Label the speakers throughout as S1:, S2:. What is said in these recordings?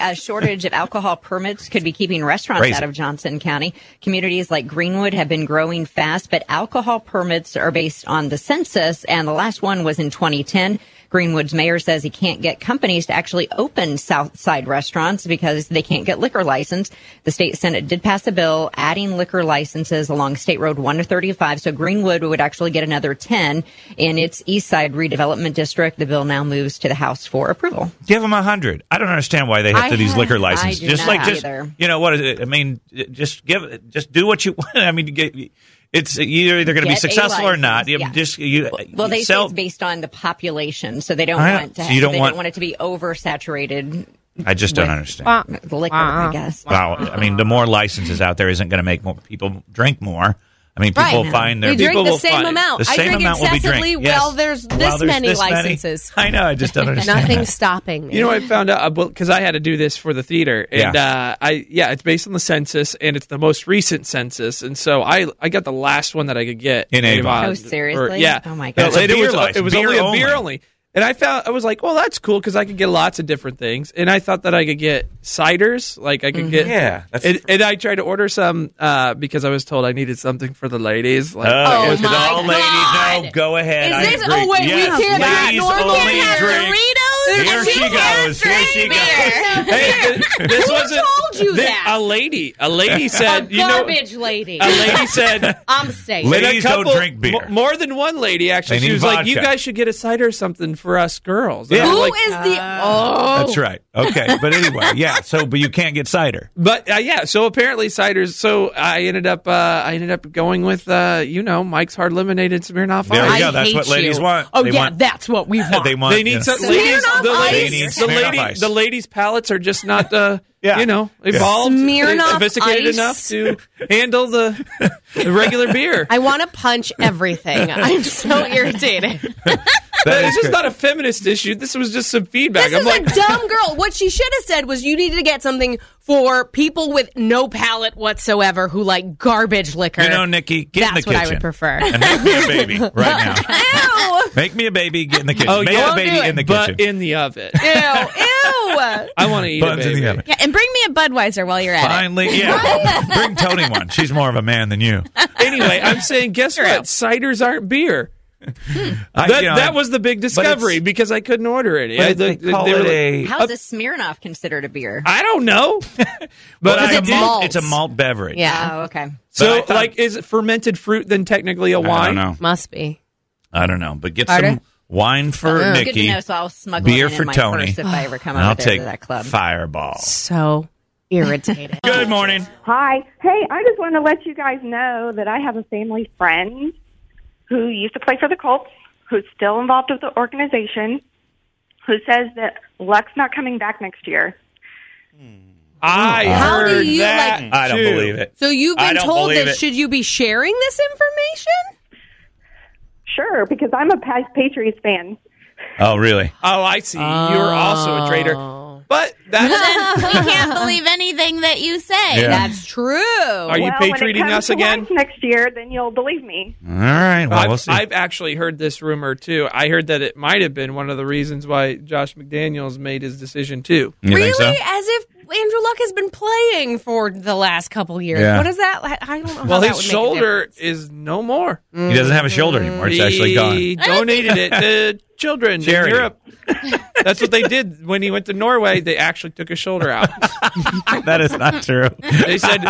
S1: a shortage of alcohol permits could be keeping restaurants
S2: Crazy.
S1: out of Johnson County. Communities like Greenwood have been growing fast, but alcohol permits are based on the census, and the last one was in 2010. Greenwood's mayor says he can't get companies to actually open Southside restaurants because they can't get liquor license. The state senate did pass a bill adding liquor licenses along State Road 1 to 35, so Greenwood would actually get another 10 in its East Side redevelopment district. The bill now moves to the House for approval.
S2: Give them a hundred. I don't understand why they have
S1: I
S2: to these liquor
S1: have- I
S2: licenses.
S1: do
S2: just
S1: not
S2: like just
S1: either.
S2: you know what is it? I mean, just give, just do what you want. I mean, you get, it's you're either going to be
S1: Get a
S2: successful or not.
S1: license,
S2: You
S1: yeah.
S2: Just you.
S1: Well, they say
S2: sell,
S1: it's based on the population, so they don't
S2: I-
S1: want to.
S2: so
S1: Have,
S2: you don't
S1: they
S2: want-
S1: don't want it to be oversaturated
S2: I just don't
S1: with-
S2: understand.
S1: liquor. I guess.
S2: Wow. I mean, the more licenses out there isn't going to make more people drink more. I mean, people
S3: Right.
S2: will find their
S3: We drink
S2: people
S3: the
S2: will
S3: same
S2: find-
S3: amount.
S2: The
S3: I
S2: same
S3: drink
S2: amount will be drink.
S3: excessively.
S2: Yes.
S3: Well, there's this many licenses.
S2: I know. I just don't understand.
S3: Nothing's
S2: that.
S3: stopping me.
S4: You know, I found out because I had to do this for the theater, and
S2: Yeah.
S4: uh, I yeah, it's based on the census, and it's the most recent census, and so I I got the last one that I could get
S2: In Avon.
S4: Avon.
S1: Oh,
S4: Or-
S1: seriously?
S4: yeah.
S1: Oh, my
S2: That's
S4: But
S2: a
S4: it was,
S2: beer license.
S4: it was
S2: Beer
S4: only a beer
S2: only.
S4: only, and I found I was like, well, that's cool because I could get lots of different things, and I thought that I could get ciders, like I could
S3: Mm-hmm.
S4: get
S2: Yeah, that's-
S4: and, and I tried to order some uh, because I was told I needed something for the ladies. Like,
S2: Oh,
S3: Oh,
S2: it's
S3: my
S2: all ladies. No,
S3: God.
S2: go ahead. I
S3: Is this?
S2: agree.
S3: Oh wait,
S2: yes,
S3: we can't.
S2: ladies
S3: Nor
S2: only
S3: can have
S2: drink.
S3: Doritos.
S2: Here
S3: and
S2: she
S3: we can't
S2: goes. Here
S3: drink
S2: she goes.
S3: beer.
S4: hey, th- this wasn't
S3: told you
S4: thi-
S3: that?
S4: a lady. A lady
S3: A
S4: said, you know,
S3: garbage lady.
S4: a lady said.
S3: I'm safe.
S2: Lady-
S4: And a
S2: Ladies don't drink beer.
S4: mo- more than one lady actually.
S2: They
S4: She
S2: need
S4: was like, "You
S2: vodka."
S4: guys should get a cider or something for us girls." And
S2: Yeah.
S4: I was
S3: Who
S4: like,
S3: is the? Oh,
S2: That's right. Okay, but anyway, yeah. So, but you can't get cider.
S4: But uh, yeah, so apparently ciders. So I ended up, uh, I ended up going with, uh, you know, Mike's Hard Lemonade and Smirnoff
S2: There we
S4: Ice.
S2: go. That's
S3: hate
S2: what ladies
S3: you.
S2: want.
S3: Oh
S2: They
S3: yeah,
S2: want-
S3: that's what we want.
S2: They want.
S4: They
S2: you
S4: need
S2: know,
S4: some ladies. The
S3: Smirnoff
S4: ladies,
S2: Ice.
S4: the
S2: They need
S4: lady,
S2: Smirnoff Ice.
S4: the ladies' palates are just not, uh,
S2: Yeah.
S4: you know,
S2: Yeah.
S4: evolved, eh,
S3: Smirnoff
S4: sophisticated
S3: Ice.
S4: enough to handle the, the regular beer.
S3: I want to punch everything. I'm so irritated.
S2: that
S4: This
S2: is
S4: is
S2: good.
S4: not a feminist issue. This was just some feedback.
S3: This
S4: I'm
S3: is
S4: like,
S3: a dumb girl. What she should have said was, "You need to get something for people with no palate whatsoever who like garbage liquor."
S2: You know, Nikki, get in the
S3: That's what I
S2: kitchen.
S3: would prefer.
S2: And make me a baby right now.
S3: Ew,
S2: Make me a baby. Get in the kitchen.
S4: Oh,
S2: make
S4: yeah.
S2: a
S3: Don't
S2: baby
S3: do it,
S2: in the
S4: but
S2: kitchen.
S4: in the oven.
S3: ew, ew.
S4: I want to eat a
S2: Buns in
S4: baby.
S2: the oven.
S5: Yeah, and bring me a Budweiser while you're at it.
S2: Finally, yeah. Bring Tony one. She's more of a man than you.
S4: Anyway, I'm saying, guess what? Ciders aren't beer.
S2: I-
S4: That,
S2: you know,
S4: that was the big discovery
S2: it's-
S4: because I couldn't order it. I,
S2: But they call it a.
S1: Oh, How's a Smirnoff considered a beer?
S4: I don't know, but
S2: But
S4: I
S2: it's,
S4: did.
S2: a malt,
S3: malt.
S2: it's a malt beverage.
S3: Yeah,
S1: oh, okay.
S4: So,
S2: But I thought-
S4: like, is fermented fruit then technically a wine?
S2: I don't know.
S3: must be.
S2: I don't know. But get
S3: Carter?
S2: some wine for
S1: Good to
S2: Nikki.
S1: know. So I'll smuggle
S2: beer
S1: it in
S2: for
S1: my
S2: Tony.
S1: purse if I ever come
S2: and I'll
S1: over there
S2: take
S1: to that club.
S2: Fireball.
S3: So irritated.
S2: Good morning.
S6: Hi. Hey, I just want to let you guys know that I have a family friend who used to play for the Colts, who's still involved with the organization, who says that Luck's not coming back next year.
S4: I
S3: How
S4: heard
S3: do you,
S4: that.
S3: like-
S2: I don't
S4: too.
S2: believe it.
S3: So you've
S2: I
S3: been
S2: don't
S3: told
S2: believe
S3: that
S2: it.
S3: should you be sharing this information?
S6: Sure, because I'm a Pa- Patriots fan.
S2: Oh, really?
S4: Oh, I see. You're
S3: Oh.
S4: also a traitor. But that's.
S5: we can't believe anything that you say.
S2: Yeah.
S3: That's true.
S4: Are you
S6: well, when it
S4: patrioting
S6: comes
S4: us
S6: to
S4: again?
S6: Luck next year, then you'll believe me.
S2: All right. Oh, Well,
S4: I've,
S2: we'll see.
S4: I've actually heard this rumor too. I heard that it might have been one of the reasons why Josh McDaniels made his decision too.
S2: you
S3: really?
S2: think so?
S3: As if Andrew Luck has been playing for the last couple years.
S2: Yeah.
S3: What is that? I I don't know. how
S4: Well,
S3: that
S4: his
S3: would make a
S4: shoulder
S3: difference.
S4: is no more.
S2: He doesn't have a shoulder anymore. It's actually
S4: He
S2: gone.
S4: donated it to children
S2: Charity.
S4: in Europe. That's what they did when he went to Norway. They actually took his shoulder out.
S2: that is not true.
S4: They said,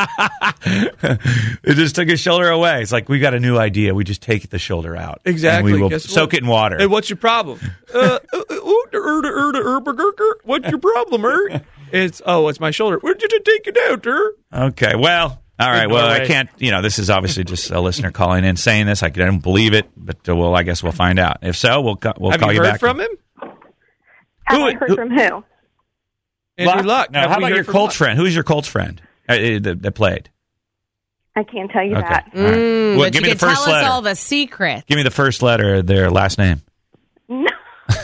S2: it just took his shoulder away. It's like we got a new idea. We just take the shoulder out. and
S4: Exactly.
S2: we will
S4: Guess what?
S2: soak it in water.
S4: "Hey, what's your problem? Uh, uh, uh, ooh, da, er, da, er, da, er, burger, er. What's your problem, er? It's oh, it's my shoulder. Where did you take it out, er?
S2: Okay. Well, all right. Well, I
S4: Norway.
S2: can't. You know, this is obviously just a listener calling in saying this. I don't believe it, but uh, well, I guess we'll find out. If so, we'll co- we'll
S4: Have
S2: call
S4: you
S2: you,
S4: heard
S2: back.
S4: from him,
S6: Have
S4: Who-
S6: I heard
S4: who-
S6: from who?
S4: Andrew Luck?
S2: Now,
S4: Have
S2: how
S4: we
S2: about
S4: heard
S2: your
S4: from
S2: Colts
S4: Luck?
S2: friend? Who's your Colts friend uh, uh, that, that played?
S6: I can't tell you
S2: Okay.
S6: that.
S2: All right.
S3: Mm,
S2: well,
S3: but
S2: give
S3: you
S2: me the
S3: could
S2: first
S3: tell
S2: letter.
S3: us all the secrets.
S2: give me the first letter of their last name.
S6: No.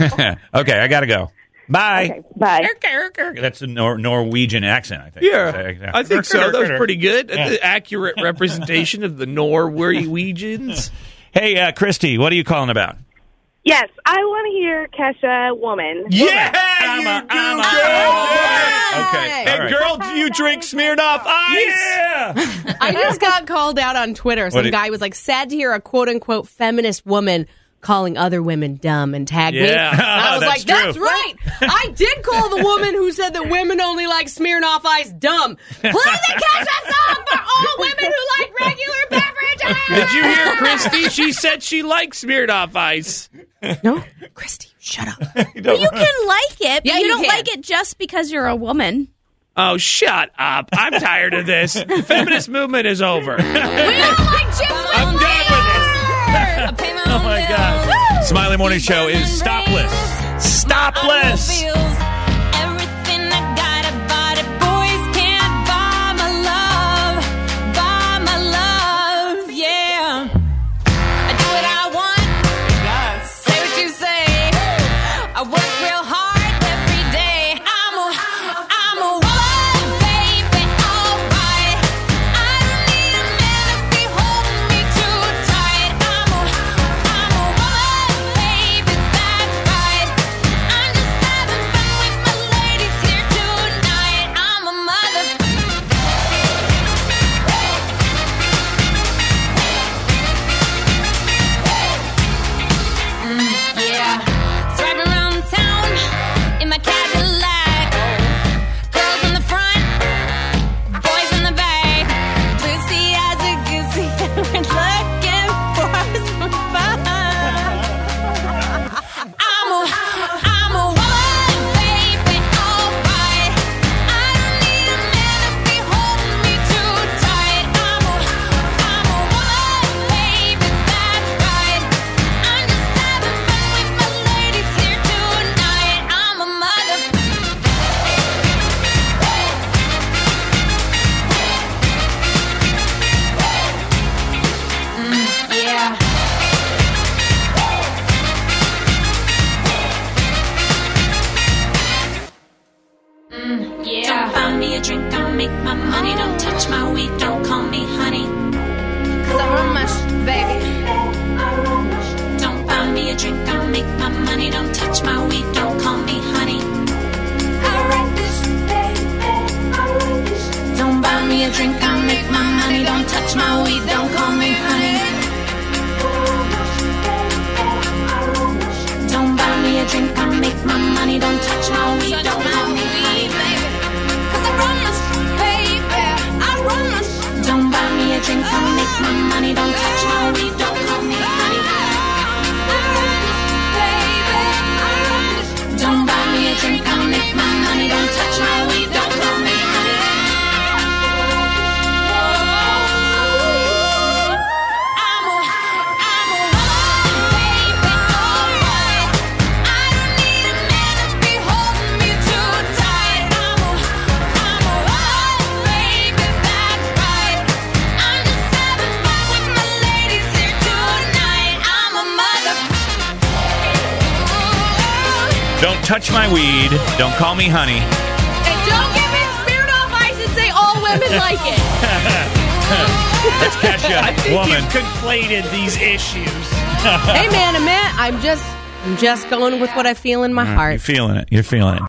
S2: okay, I gotta go. Bye.
S6: Okay, bye.
S2: Erk, erk, erk. That's a Nor- Norwegian accent, I think.
S4: Yeah, I think so. That was pretty good. The accurate representation of the Norwegians.
S2: Hey, uh, Christy, what are you calling about?
S6: Yes, I want to hear Kesha Woman.
S4: Yeah,
S2: I'm
S4: you
S2: a-
S4: do, Oh,
S2: I'm a-
S4: girl.
S2: Okay. all
S4: And
S2: right.
S4: girl, do you drink Smirnoff Ice?
S2: Yeah.
S3: I just got called out on Twitter. Some
S2: What did-
S3: guy was like, sad to hear a quote unquote feminist woman calling other women dumb and tagged me.
S4: Yeah.
S3: And I was
S2: That's
S3: like, that's
S2: true.
S3: right. I did call the woman who said that women only like Smirnoff Ice dumb. Play the catch us song for all women who like regular beverages.
S4: Did you hear Christy? She said she likes Smirnoff Ice.
S3: No, Christy, shut up.
S2: You don't-
S5: You can like it, but
S3: Yeah,
S5: you,
S3: you
S5: don't
S3: can.
S5: like it just because you're a woman.
S4: Oh, shut up. I'm tired of this. Feminist movement is over. I'm
S5: We don't like chicks with
S4: done with it.
S5: Oh
S4: my God.
S2: Smiley Morning Show is stopless. Stopless.
S5: Everything I got about it, boys can't buy my love, buy my love, yeah. I do what I want, say what you say. I work real hard every day. I'm a, I'm a woman, baby, alright. I don't need a man to be holding me too tight. I'm a, I'm a woman, baby, that's right. I'm just having fun with my ladies here tonight. I'm a mother. Mm, Yeah. Driving around town in my Cadillac. Girls in the front, boys in the back. Pussy as a goosey, and we're looking for some fun. I'm a, I'm a woman, baby, alright. I don't need a man to be holding me too tight. I'm a, I'm a woman, baby, that's right. I'm just having fun with my ladies here tonight. I'm a mother. Yeah.
S7: Mm,
S5: Yeah.
S7: Don't buy me a drink, don't make my money, don't touch my weed, don't call me honey.
S5: Cause I run my sh- baby.
S7: Don't buy me a drink, don't make my money, don't touch my weed, don't call me honey. I write this, I write this. Don't buy me a drink, don't make my money, don't touch my weed, don't call me honey. Don't buy me a drink, don't make my money, don't touch my weed, don't call me honey.
S5: Cause I run my sh- baby. I run my sh-
S7: Don't buy me a drink, don't make my money, don't touch my weed, don't call me honey.
S5: I run my sh- baby. I run my sh-
S7: Don't buy me a drink, I'll make my money. Don't touch my weed, don't call me honey.
S5: I'm a, I'm a woman, baby, alright. I don't need a man to be holding me too tight. I'm a, I'm a woman, baby, that's right. I'm just having fun with my ladies here tonight. I'm a mother.
S2: Don't touch my weed. Don't call me honey.
S3: And don't give me spirit off ice and say all women like it.
S2: That's Kesha, woman.
S4: conflated these issues.
S3: hey man, a man, I'm just I'm just going with what I feel in my
S2: You're
S3: heart.
S2: feeling it. You're feeling it.